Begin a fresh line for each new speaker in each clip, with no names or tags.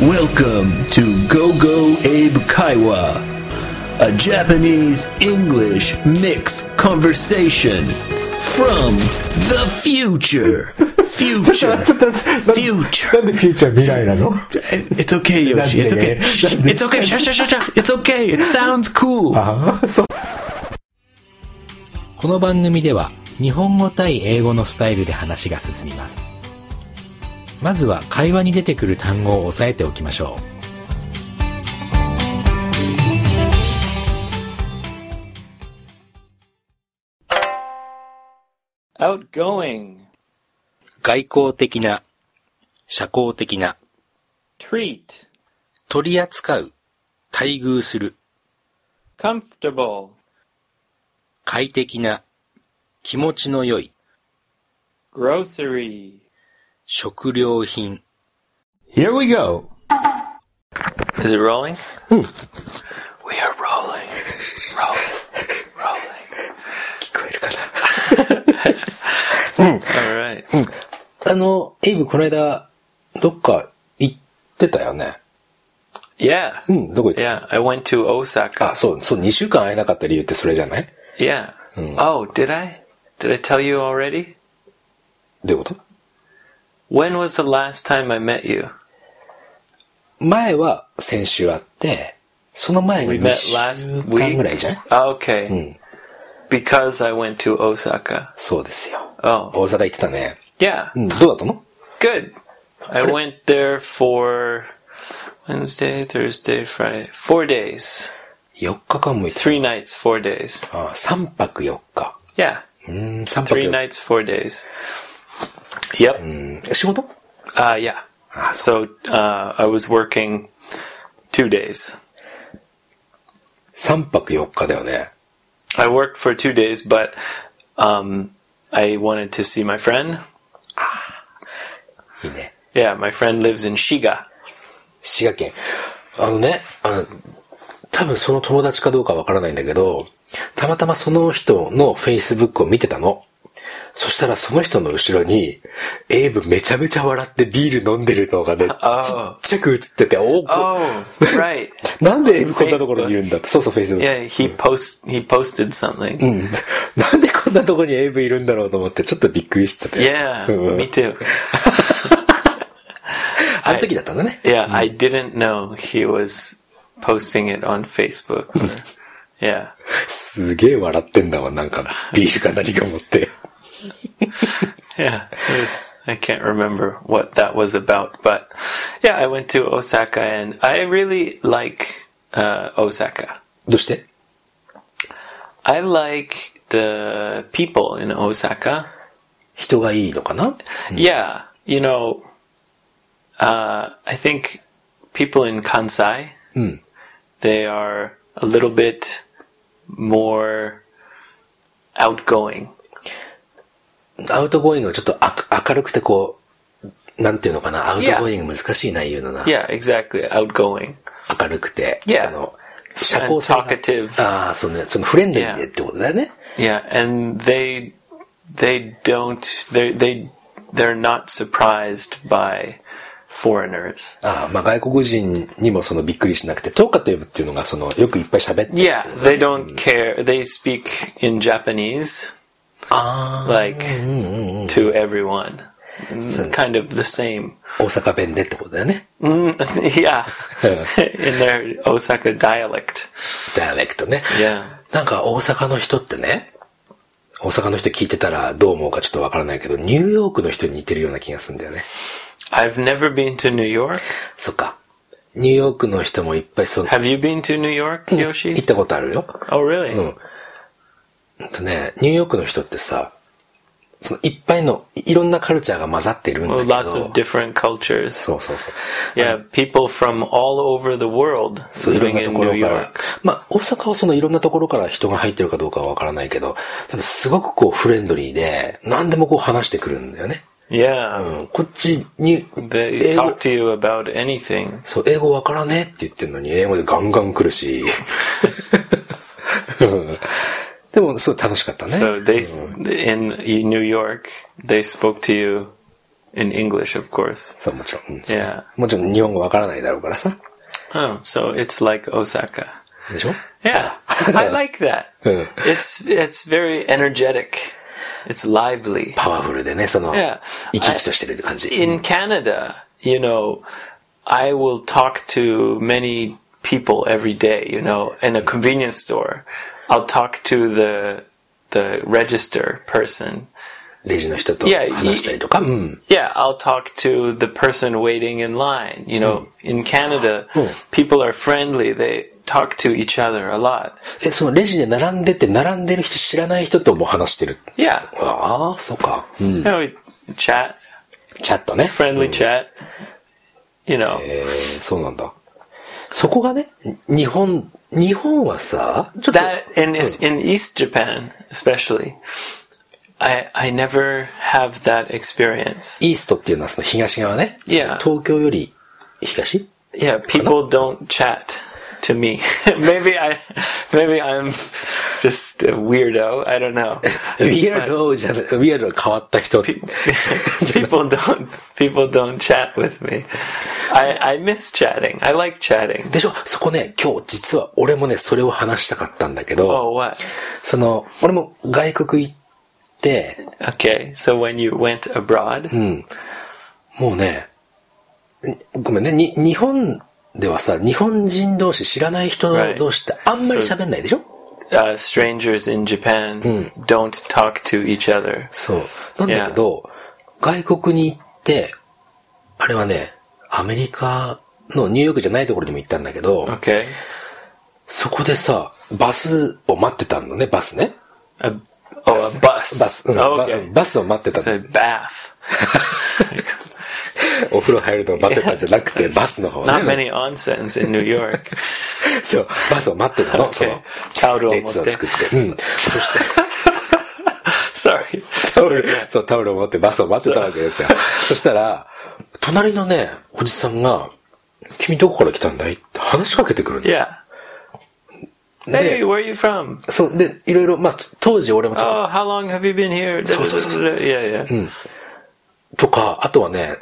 Welcome to Go Go Abe Kaiwa, a Japanese English mix conversation from the future.
ちょっ
Future.
と待って、ちょっと
Future.
なんでなんでフューチャー未来なの
It's okay, Yoshi. It's okay. Shh, It's okay. Shh, shh, shh, shh. It's okay. It sounds cool.
ああ、そう。
この番組では日本語対英語のスタイルで話が進みます。まずは会話に出てくる単語を押さえておきましょ
outgoing,
う。外交的な、社交的な、
treat,
取り扱う、待遇する、
comfortable,
快適な、気持ちの良い、
grocery,
食料品。
Here we go!
Is it rolling? We are rolling. Rolling. Rolling.
聞こえるかな
All right.
あの、エイブこの間、どっか行ってたよね。
Yeah.
うん、どこ行った、
Yeah. I went to Osaka.
あ、そう、そう、2週間会えなかった理由ってそれじゃない
Yeah. Oh, did I? Did I tell you already?
どういうこと
When was the last time I met you?
前は先週あって、その前
We
に
met
2
last
週
week.
間ぐらいじゃん
Okay. Because I went to Osaka.
そうですよ。
Oh.
大阪行ってたね。
Yeah.
うん、どうだったの
Good. I went there for Wednesday, Thursday, Friday. Four days.
4日間も行ってた
Three nights, four days.
あ3泊4日。
Yeah.
うーん、3泊4
Three nights, four days. Yep.
日。仕事
Uh, yeah.
Mm. Ah,
So uh, I was working two days.
?3 泊4日だよね。
I worked for two days, but um, I wanted to see my friend.
いいね。
Yeah, my friend lives in Shiga.
滋賀県。あのね、あの、多分その友達かどうかわからないんだけど、たまたまその人の Facebook を見てたの。そしたらその人の後ろに、エイブめちゃめちゃ笑ってビール飲んでるのがね、ちっ
Oh.
ちゃく映ってて、おお、
Oh, right.
なんでエイブこんなところにいるんだって。そうそう、Facebook。
Yeah, he post he posted something.
うん なんでこんなとこにエイブいるんだろうと思って、ちょっとびっくりしてて。
Yeah,
うん
me too.
あの時だったんだね。
Yeah, I didn't know he was posting it on Facebook. or- yeah.
すげえ笑ってんだわ、なんか、ビールか何か持って。
Yeah. I can't remember what that was about, but yeah, I went to Osaka and I really like uh, Osaka.
どうして
I like the people in Osaka.
人がいいのかな
Yeah, you know, uh, I think people in Kansai, they are a little bit more outgoing.
アウトゴーイングはちょっとあ明るくてこう、なんていうのかな、アウト
Yeah.
ゴーイング難しいな、言うのな。
Yeah, exactly, outgoing.
明るくて、
Yeah.
あの、社交性
And talkative.
が、ああ、そうね、そのフレンドリーで
Yeah.
ってことだよね。
Yeah, and they they don't they they they're not surprised by foreigners.
ああ、まあ外国人にもそのびっくりしなくて、トーカテーブっていうのがその、よくいっぱい喋って。
Yeah, they don't care. They speak in Japanese
あ
like to everyone. Mm, Kind of the same.
あ、大阪弁でってことだよね。
Mm, yeah. in their Osaka dialect.
ダイアレクトね。
Yeah.
なんか大阪の人ってね、大阪の人聞いてたらどう思うかちょっとわからないけど、ニューヨークの人に似てるような気がするんだよね。
I've never been to New York.
そっか。ニューヨークの人もいっぱいその、
Have you been to New York,
行っ
Yoshi?
たことあるよ。
Oh, really?
うん。うんとね、ニューヨークの人ってさ、そのいっぱいの、いいろんなカルチャーが混ざってるんだ
Well,
けど。
lots of different cultures.
そうそうそう。
Yeah, people from all over the world
そう、いろん
living
なと
in
こ
New
ろから
York.。
まあ、大阪はそのいろんなところから人が入ってるかどうかはわからないけど、ただすごくこうフレンドリーで、何でもこう話してくるんだよね。う
Yeah,
ん、こっちに、
they
英語
talk、to you about anything.
そう、英語わからねえって言ってんのに、英語でガンガン来るし。 うんでも、すごい楽しかったね。
E, So they s- in New York, they spoke to you in English, of course.
そう、もちろん。うんそう
Yeah.
もちろん日本語わからないだろうからさ。
Oh, so it's like Osaka.
でしょ
Yeah, I like that.
Yeah.
It's it's very energetic. It's lively.
パワフルでね、その、
Yeah.
生き生きとしてるって感じ。
in Canada, you know, I will talk to many people every day, you know, in a convenience store. I'll talk to the the register person.
レジの人と
Yeah,
話したりとか。うん。
Yeah, I'll talk to the person waiting in line. You know, in Canada, people are friendly. They talk to each other a lot.
え、そのレジで並んでて、並んでる人知らない人とも話してる。
Yeah.
ああ、そうか。うん。
You know, we chat,
チャットね。
friendly chat. You know.
えー、そうなんだ。そこがね、に日本、日本はさ、ちょっと、
that in is in East Japan especially. I I never have that experience.
イーストっていうのはその東側ね。
Yeah.
東京より東
Yeah, people don't chat to me. maybe I maybe I'm just a weirdo. I don't know.
ウィアードじゃない、ウィアード変わった人。
people don't people don't chat with me. I I miss chatting. I like chatting.
でしょそこね、今日実は俺もね、それを話したかったんだけど、
Oh what?
その、俺も外国行って、
Okay. So when you went abroad,
もうね、んごめんね、に、日本ではさ、日本人同士知らない人
Right.
同士ってあんまり喋んないでしょ
uh, strangers in Japan don't talk to each other.
そう。なんだけど、外国に行って、あれはね、アメリカのニューヨークじゃないところにも行ったんだけど、
Okay.
そこでさ、バスを待ってたのね、バスね。
A, oh, a bus.
バス、うん
Oh,
バ
okay.
バスを待ってた
It's a bath.
お風呂入るのを待ってたんじゃなくて、バスの方
Not
ね。
many onsens in New York.
そう、バスを待ってたの、そ
okay.
の、
タオルを持
列
っ
を
て。
作って。 うん。そして
Sorry.
タオル、そう、タオルを持ってバスを待ってたわけですよ。そしたら、隣のね、おじさんが、君どこから来たんだいって話しかけてくるの。
Yeah.
で
Hey, where are you from?
そう、で、いろいろ、まあ、当時俺もちょっ
Oh, how long have you been here? Yeah, yeah.
と、とか、あとはね、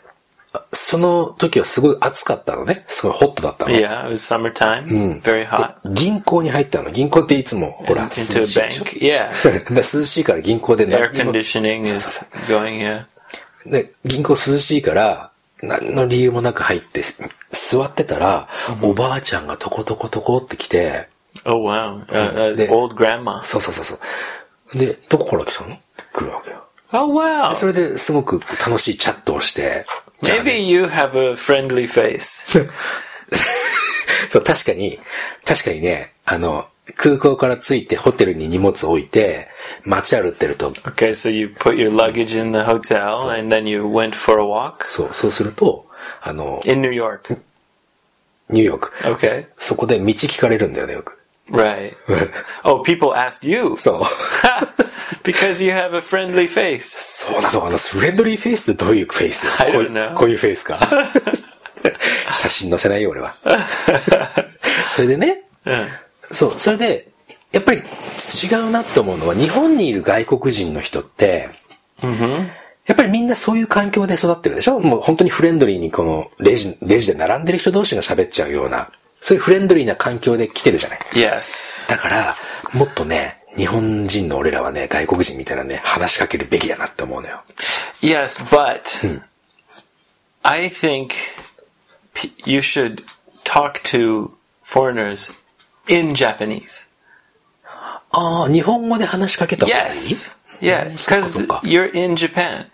あその時はすごい暑かったのね。すごいホットだったの。
Yeah, it was summertime. Very hot.
銀行に入ったの。銀行っていつも、ほら、涼
Into
し
a
いでしょ。
bank. Yeah.
だから涼しいから銀行で
Air
何にも
conditioning
そ
is
う
going, yeah.
そうで銀行涼しいから、何の理由もなく入って、座ってたら、おばあちゃんがとことことこって来て、
Oh, wow. Uh, uh,
で
old grandma.
そうそうそうそう。で、どこから来たの来るわけよ。
Oh, wow.
それですごく楽しいチャットをして、じゃあ
Maybe you have a friendly face.
そう、確かに、確かにね、あの、空港から着いてホテルに荷物置いて、街歩ってると、
Okay, so you put your luggage in the hotel and then you went for a walk
そう、そうすると、あの、
in New York.
ニューヨーク、
Okay.
そこで道聞かれるんだよね、よく。
Right. oh, people asked you
そう。
because you have a friendly face.
そうなのかなフレンドリーフェイスってどういうフェイス
I
こう
don't
い
know.
うこういうフェイスか。 写真載せないよ、俺は。 それでね、
Yeah.
そう、それで、やっぱり違うなって思うのは、日本にいる外国人の人って、やっぱりみんなそういう環境で育ってるでしょもう本当にフレンドリーにこのレジ、レジで並んでる人同士が喋っちゃうような、そういうフレンドリーな環境で来てるじゃない。
Yes.
だから、もっとね、日本人の俺らはね、外国人みたいなね、話しかけるべきだなって思うのよ。
Yes, but I think p- you should talk to foreigners in Japanese.
ああ、日本語で話しかけた方がいい
Yes. Yeah, because
そっかそっか。
you're in Japan.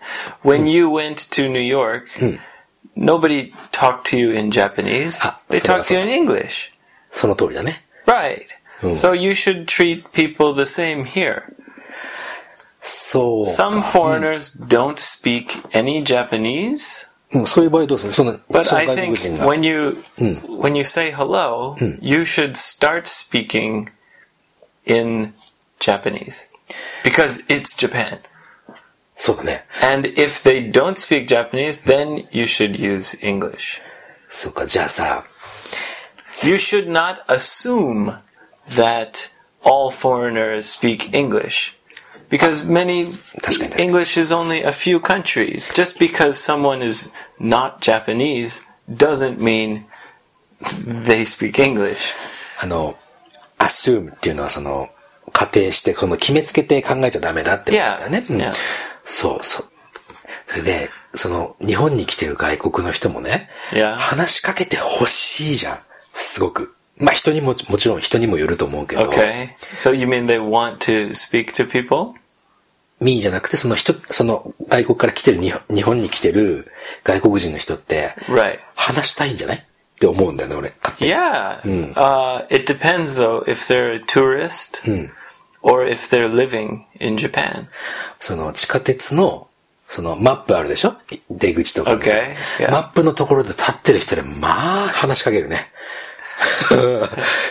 When you went to New York, nobody talked to you in Japanese.
あ、
they
それは
talked to you in English.
その通りだね。
Right. So you should treat people the same here.
そうか。
Some foreigners don't speak any Japanese,
うんそういう場合どうするその、
but
その
I
外国
think
人が。
when you when you say hello, you should start speaking in Japanese because it's Japan.
そうだね。
And if they don't speak Japanese, then you should use English.
そうか、じゃあさ、
You should not assume that all foreigners speak English because many
That's good, that's
English is only a few countries. Just because someone is not Japanese doesn't mean they speak English.
あの、assume っていうのはその、仮定して、その決めつけて考えちゃダメだってことだよね。
Yeah.
うん
Yeah.
そうそう。それで、その、日本に来てる外国の人もね、
Yeah.
話しかけてほしいじゃん。すごく。まあ人にも、もちろん人にもよると思うけど、
Okay,
Oh.
so you mean they want to speak to people?
ミーじゃなくて、その人、その外国から来てる日本、日本に来てる外国人の人って、
Right.
話したいんじゃないって思うんだよね、俺。勝手に
Yeah.
Hmm.
Uh, it depends though if they're a tourist
Hmm.
or if they're living in Japan.
その地下鉄の、そのマップあるでしょ出口とかの。
Okay, yeah.
マップのところで立ってる人で、まあ話しかける ね。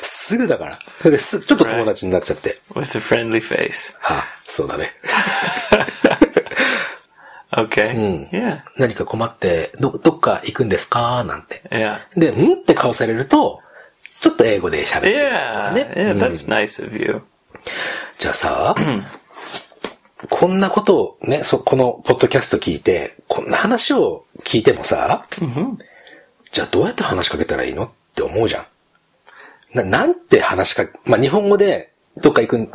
すぐだから。ですちょっと友達になっちゃって。
with a friendly face.
あ、そうだね。
Okay.
Hmm.
Yeah.
何か困って、ど、どっか行くんですかなんて。
Yeah.
で、んって顔されると、ちょっと英語で喋ってるとか
Yeah.
ね。
Yeah.
うん
That's nice of you.
じゃあさ、こんなことをね、そ、このポッドキャスト聞いて、こんな話を聞いてもさ、じゃあどうやって話しかけたらいいのって思うじゃん。な、なんて話しかけ、まあ、日本語でどっか行く、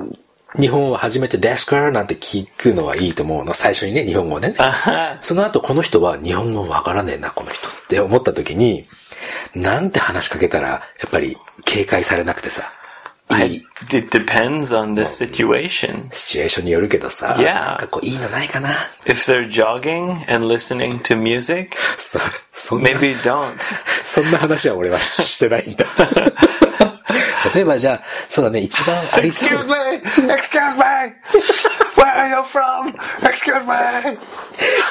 日本を初めてですかなんて聞くのはいいと思うの。最初にね、日本語でね。
Uh-huh.
その後この人は日本語わからねえな、この人って思った時に、なんて話しかけたら、やっぱり警戒されなくてさ、いい
I, it depends on the situation.
シチュエーションによるけどさ、
Yeah.
なんかこういいのないかな
If they're jogging and listening to music,
そ、そんな、
maybe don't.
そんな話は俺はしてないん だ。例えばじゃあ、そうだね、一番ありそう。
me! Excuse me! Where are you from? Excuse me!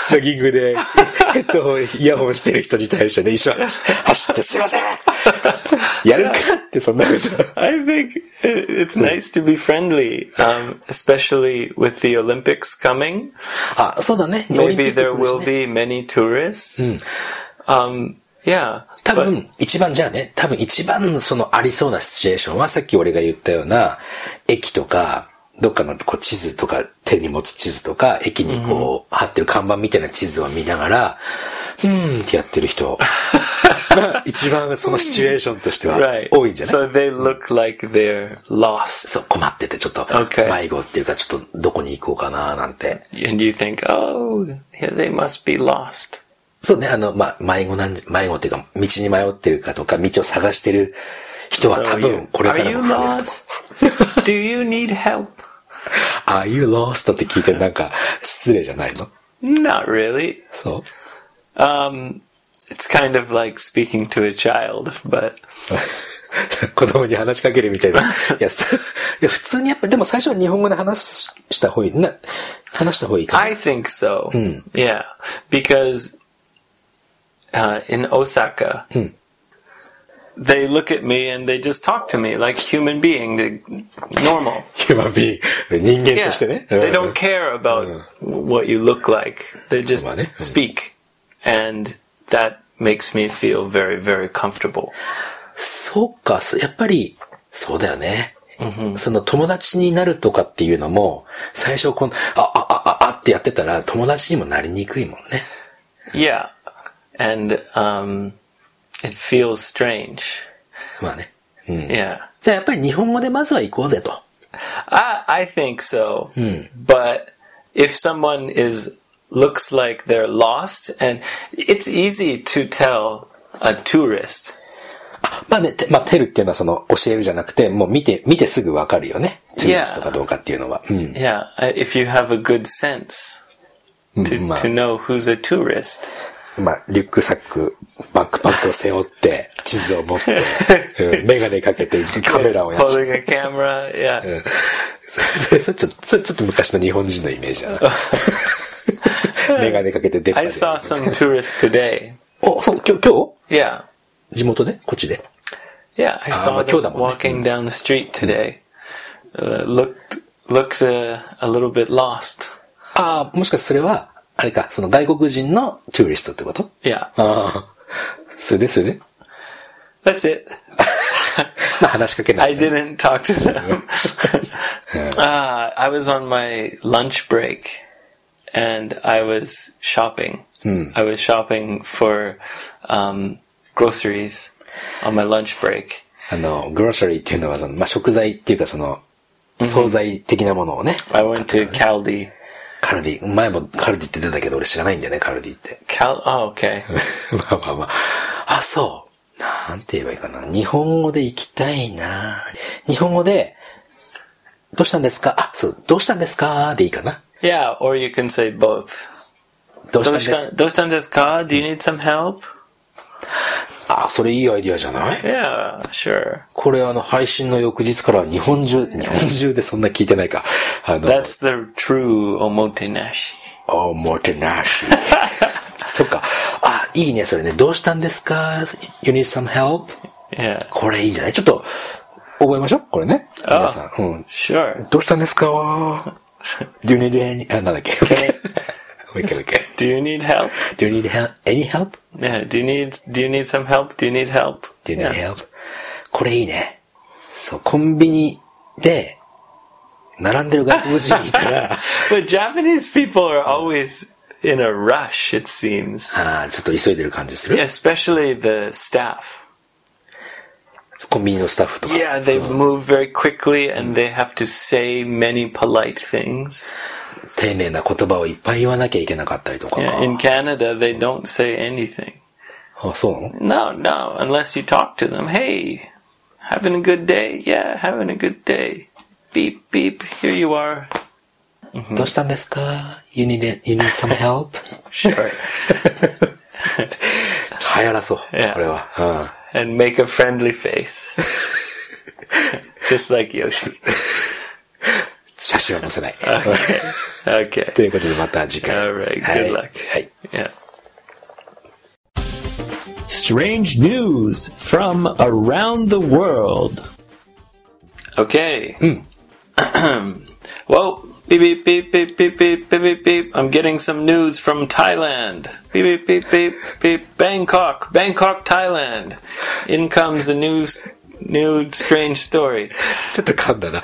ジョギング で、ヘッドホン、イヤホンしてる人に対してね、一緒に走ってすいませんやるかってそんなこと。
I think it- it's nice to be friendly, um, especially with the Olympics coming.
あ、そうだね、オリンピ
Maybe
ック
there
もしね
will be many tourists. Um, yeah.
多分、一番じゃあね、多分一番そのありそうなシチュエーションはさっき俺が言ったような、駅とか、どっかのこう地図とか、手に持つ地図とか、駅にこう、貼ってる看板みたいな地図を見ながら、うーんってやってる 人。まあ一番そのシチュエーションとしては
Right.
多いんじゃない、
So they look like they're lost.
そう、困っててちょっと、
Okay.
迷子っていうかちょっとどこに行こうかななんて。
And you think, oh, yeah, they must be lost.
そうね、あの、まあ、迷子なんじ、迷子っていうか、道に迷ってるかとか、道を探してる人は
So
多
you,
分これか
are
ら
you
も増えると思う
lost? Do you need help?
Are you lost? って聞いてなんか失礼じゃないの
Not really.
そう
Um, it's kind of like speaking to a child, but
子供に話しかけるみたいな。いや、さいや普通にやっぱ、でも最初は日本語で話しした方がいい。な、話した方がいいかな。
I think so.
Hmm.
Yeah, because uh, in Osaka,
Hmm.
they look at me and they just talk to me like human being, they- normal.
ヒューマンビーン人間
Yeah,
としてね。
they
うん
don't care about what you look like. They just
Uh, Well, eh?
speak, and that makes me feel very, very comfortable.
そうか、そやっぱり、そうだよね。その友達になるとかっていうのも、最初この、あ、あ、あ、あ、あってやってたら友達にもなりにくいもんね。
Yeah, and um, it feels strange.
まあね。
Yeah,
じゃあやっぱり日本語でまずは行こうぜと。
I I think so. But if someone is looks like they're lost, and it's easy to tell a tourist.
まあね、てまあ、テルっていうのはその教えるじゃなくて、もう見て、見てすぐわかるよね。チューリストかどうかっていうのは。うん。
Yeah, uh, if you have a good sense to,
wow.
to know who's a tourist.
まあ、リュックサック、バックパックを背負って、地図を持って、うん、メガネかけて、カメラをや って。
holding a camera. Yeah.
うんそれそれちょっと、それちょっと昔の日本人のイメージだな。メガネかけて出っ張
I
り
saw some tourists today.
お、そう、今日、今
Yeah.
日地元でこっちで
Yeah, I saw
Ah, but killed
them
them all.
walking down the
Hmm.
street today. Uh, looked looked uh, a little bit lost.
ああ、もしかしてそれは、あれか、その外国人のチューリストってこと
Yeah.
Ah. ああ。それで、それで
That's it.
まあ話しかけな
I
い、ね。
didn't talk to them. Uh, I was on my lunch break and I was shopping.
Hmm.
I was shopping for um, groceries on my lunch break.
あの、グロシャリーっていうのはその、まあ、食材っていうかその、惣菜的なものをね、
I went to Caldi.
カルディ、前もカルディって出たけど俺知らないんだよね、カルディ って。
Cal. Oh, okay.
まあまあまあ。あ、そう。なんて言えばいいかな。日本語で行きたいな。日本語で、どうしたんですかあ、そう、どうしたんですかでいいかな。
Yeah, or you can say both.
どうしたんですか
Doshkan- Doshtan desu ka? Do you need some help?
あ、それいいアイディアじゃない
Yeah, sure.
これあの、配信の翌日から日本中、日本中でそんな聞いてないか。あの、
That's the true omotenashi.
おもてな し。そっか。あ、いいね、それね。どうしたんですか ?You need some help?
Yeah.
これいいんじゃないちょっと、覚えましょうこれね。皆さん。うん。
Sure.
どうしたんですか ?Do you need any, あ、なんだっけ。 もう一回もう一回。
Do you need help?
Do you need help? Any help?
Yeah. Do you need Do you need some help? Do you need help?
Do you need
Yeah.
help? これいいね。そう、コンビニで、並んでる外国人いた ら、
But Japanese people are always in a rush. It seems,
あーちょっと急いでる感じする
especially the staff.
コンビニのスタッフとか。
Yeah, they move very quickly and they have to say many polite things.
丁寧な言葉をいっぱい言わなきゃいけなかったりとか。
Yeah, in Canada, they don't say anything.
あ、そうなの
No, no, unless you talk to them. Hey, having a good day? Yeah, having a good day. Beep, beep, here you are.
どうしたんですか ?You need, you need some help?
Sure.
流行らそう。
Yeah.
これは。うん。
and make a friendly face. Just like Yoshi.
写真は載せない。
Okay.
ということでまた次回。
Alright, good
はい
luck.
はい
Yeah.
Strange news from around the world.
Okay. Whoa. Beep beep beep beep beep beep beep beep beep. I'm getting some news from Thailand. Beep beep beep beep beep. Bangkok, Bangkok, Thailand. In comes a new, s- new strange story.
ちょっと噛んだな。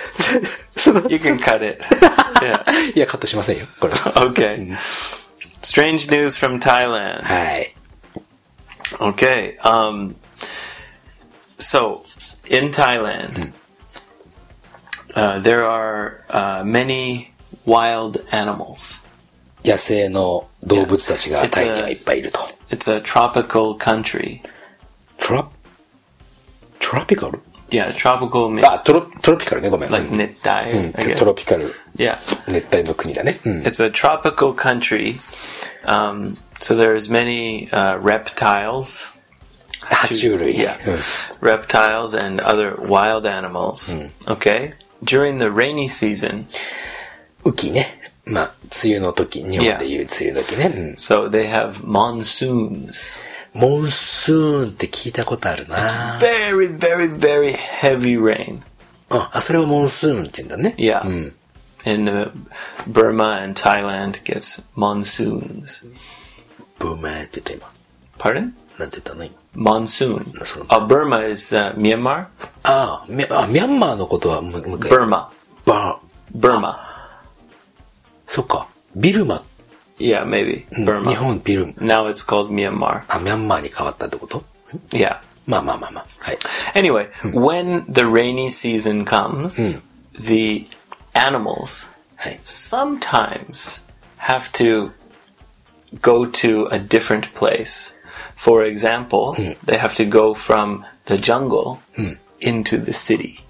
その
You can cut it. Yeah.
いや、カットしませんよ。これ は。
Okay. Strange news from Thailand.
はい。
Okay. Um, so, in Thailand, uh, there are uh, many wild animals.
野生の動物たちが
It's a-
タイにはいっぱいいると。
It's a tropical country.
トラ、トラピカル
Yeah, tropical means
あ、トロ、トロピカルね、ごめん。
like
うん
nettai,
うん
I
トロ
guess.
ピカル、
Yeah,
熱帯の国だね。うん。
it's a tropical country. Um, so there's many uh, reptiles.
爬虫類。
Yeah.
うん
reptiles and other wild animals. Okay, during the rainy season,
雨季ね。まあ、梅雨の時、日本でいう梅雨の時ね。うん
so they have monsoons.
モンスーンって聞いたことあるな。
very, very, very heavy rain.
あ、あそれはモンスーンって言うんだね。
Yeah. In uh, Burma and Thailand gets monsoons.
ブーマーって言った
Pardon?
今。なんて言ったの今。
Monsoon.
That's what-
Uh, Burma is uh, Myanmar.
ああミャあ、ミャンマーのことはむ、むか
Burma.
バー。
Burma.
そっか。ビルマ。
Yeah, maybe.
うん日
Burma.
本ビルマ。
Now it's called Myanmar.
あ、ミャンマーに変わったってこと
Yeah.
まあまあまあまあ。はい。
Anyway,
Hmm.
when the rainy season comes, the animals
はい。
sometimes have to go to a different place. For example, they have to go from the jungle into the city.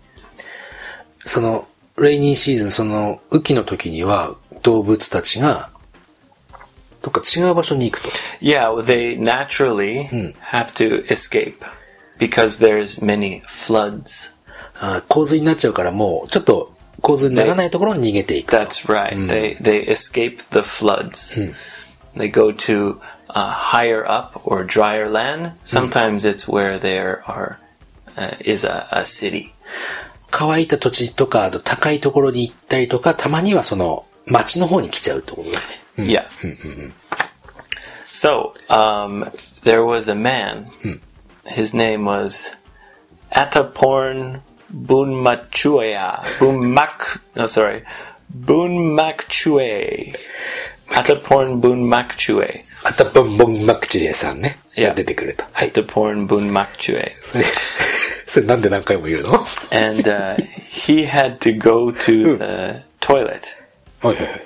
その、レイニーシーズン、その、雨季の時には、動物たちが、どっか違う場所に行くと。
Yeah, well, they naturally have to escape because there's many floods.
あ洪水になっちゃうからもう、ちょっと洪水にならないところに逃げていく。
That's right. They they escape the floods. They go to uh, higher up or drier land. Sometimes it's where there are uh, is a, a city.
乾いた土地とか、あと高いところに行ったりとか、たまにはその、町の方に来ちゃうってことだね。
Yeah. So, um, there was a man. His name was Ataporn Bunmachuea. Bunmak. No, sorry. Bunmakchue. Ataporn Bunmakchue.
あたぽんぼんまくちりえさんね。
いや
出てくると。はい。
Ataporn Bunmakchue.
それ、 それなんで何回も言うのはい
And uh, he had to go to the toilet.
はいはい。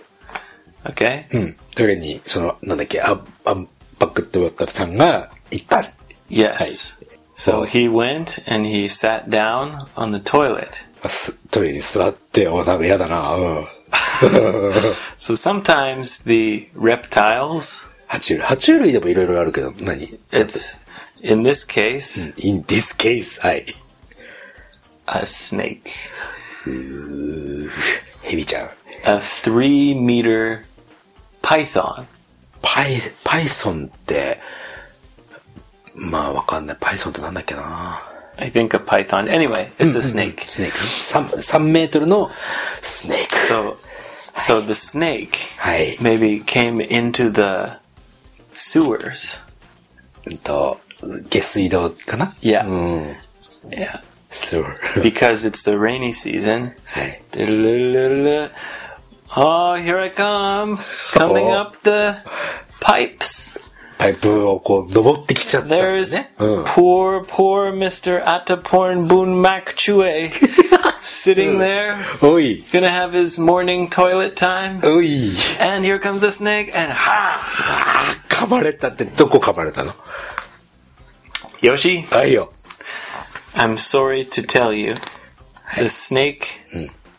Okay?
うん。トイレに、その、なんだっけ、あ、あ、バックってバッタルさんが行った。
Yes. So
Well-
he went and he sat down on the toilet.
あすトイレに座って、お、なんか嫌だな、うん。
So sometimes the reptiles,
爬虫類。爬虫類でもいろいろあるけど、何
it's in this case
?in this case, はい。
a snake,
ヘビちゃん。
a three meter python.
パイ、パイソンって、まあわかんない。パイソンってなんだっけな
I think a python. Anyway, it's a snake.
スネーク 3, 3メートルのスネーク。
So, so the snake
はい。
maybe came into the sewers.
うんと、下水道かな
Yeah.
うん。
Yeah.
そう。は
Because it's the rainy season.
い。
Oh, here I come. Coming
Oh.
up the pipes.
パイプをこう、登ってきちゃったんだよ
There's
ね。うん。
poor, poor Mr. Ataporn Boonmak Chue sitting there,
おい、
gonna have his morning toilet time.
おい、
And here comes a snake, and ha!
噛まれたってどこ噛まれたの
Yoshi,
はいよ。
I'm sorry to tell you, the snake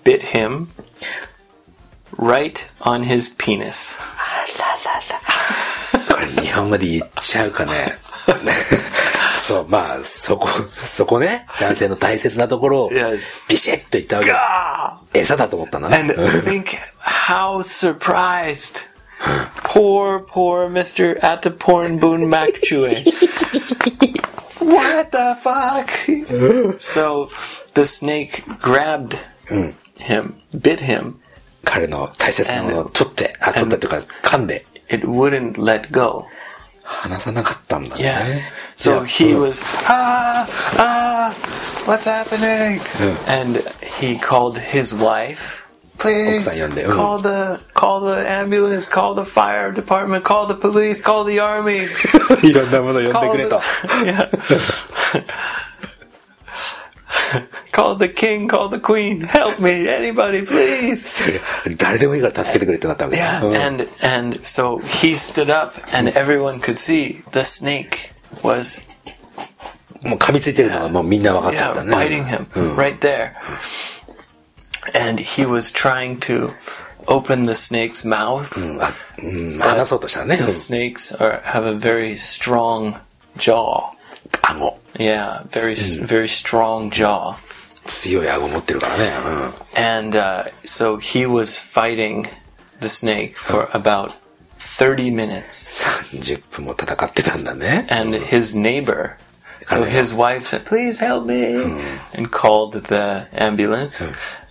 bit him right on his penis.
これ日本まで言っちゃうかね。 そう、まあ、そこ、そこね、男性の大切なところを
Yes.、
ビシッと言ったわけだ。
Ah!
餌だと思ったんだね
And。think how surprised. Poor, poor Mr. Ataporn Boon Makchue. what the fuck? so the snake grabbed him, bit him.
彼の大切なものを取って、あ、取ったというか、噛んで、
It wouldn't let go.
離さなかったんだ
Yeah.
ね。Eh?
So
Yeah.
he was,
Ah, ah, what's happening?
and he called his wife.
Please.
奥さん呼んで、うん
Call the call the ambulance. Call the fire department. Call the police. Call the army.
いろんなもの呼んでくれと。
Yeah. call the king, call the queen. Help me, anybody, please.
誰でもいいから助けてくれってなったわけ
Yeah,
だ。うん
and and so he stood up, and everyone could see the snake was
もう噛みついてるのはもうみんな分かっちゃ
yeah,
った
biting
ね。
him right there, and he was trying to open the snake's mouth.
うんあうん話そうとしたね。う
The
ん
snakes are have a very strong jaw.
顎。
Yeah, very s very strong jaw.
強い顎持ってるからね。
And uh, so he was fighting the snake for about 30 minutes.
うん。30分も戦ってたんだね。
And his neighbor, so
Okay.
his wife said, Please help me, and called the ambulance.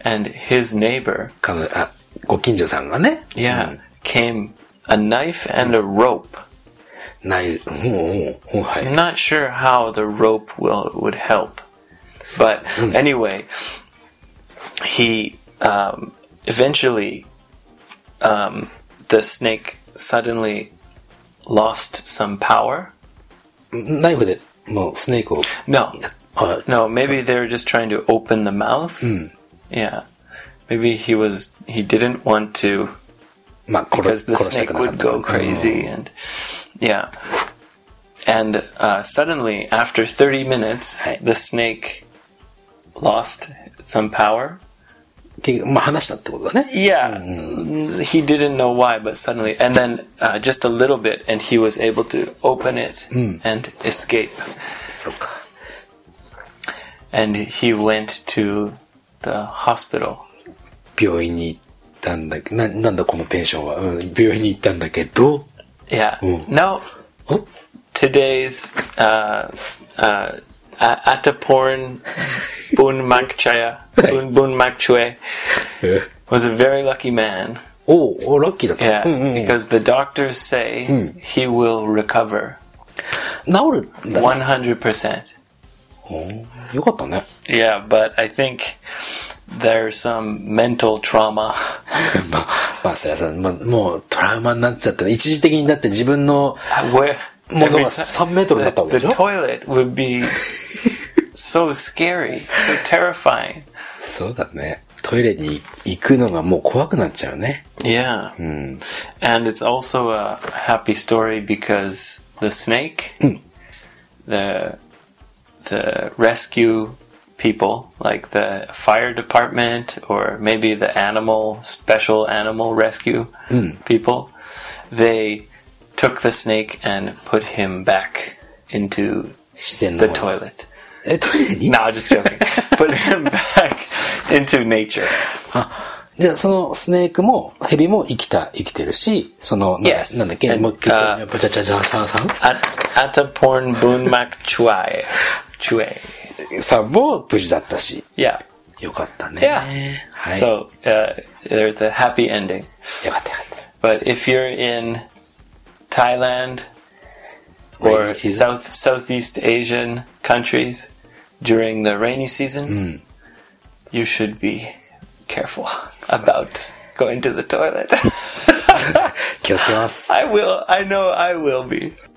And his neighbor,
彼女、あ、ご近所さんがね。
yeah, came a knife and a rope.
ない、うんうん、うん、は
I'm
い。
not sure how the rope will would help, but anyway, he um, eventually um, the snake suddenly lost some power.
ナイフで、もうスネークを、
No,
あ
no, maybe they were just trying to open the mouth. Yeah, maybe he was he didn't want to
まあ、殺
because the
殺したく
snake
なか
would
った。
go
うん
crazy and yeah and uh, suddenly after 30 minutes
Right.
the snake lost some power
結局まあ、話したってことだね。
yeah he didn't know why but suddenly and then uh, just a little bit and he was able to open it and escape
そうか。
and he went to the hospital
病院に行ったんだけど、な、なんだこのテンションは。うん、病院に行ったんだけど、
yeah
Ooh.
no
お
today's uh, uh, A- Ataporn Bunmakchaya Bun Bunmakchue
え
was a very lucky man.
おうお、ラッキーだった。
Yeah,
うんうん
because the doctors say he will recover
治るんだね。
100%.
およかったね。
Yeah, but I think there's some mental trauma.
まあ、まあ、それはさ、まあ、もうトラウマになっちゃったね。一時的になって自分の
Where
もの
every
が
ti-
3メートルになったわけ
the,
でし
the
ょ
toilet would be so scary, so terrifying.
そうだね。トイレに行くのがもう怖くなっちゃうね。
Yeah. And it's also a happy story because the snake, the the rescue people, like the fire department or maybe the animal special animal rescue people, they took the snake and put him back into
自然の
the
もの
toilet.
え、トイレに
No, just joking. put him back into nature.
じゃあ、そのスネークも、ヘビも生きた、生きてるし、その、な
Yes.
なんだっけ、
And,
もう一回、
uh,
ブチャチャチャさんさん
At Ataporn Bunmak Chuai. Chue.
さんも無事だったし、
Yeah.
よかったね。
Yeah.
はい。よ
So uh, there's a happy ending.
かったよかった。
But if you're in Thailand or
Rainy season.
South Southeast Asian countries during the rainy season,
Hmm.
you should be careful about going to the toilet.
気をつけます。
I will. I know I will be.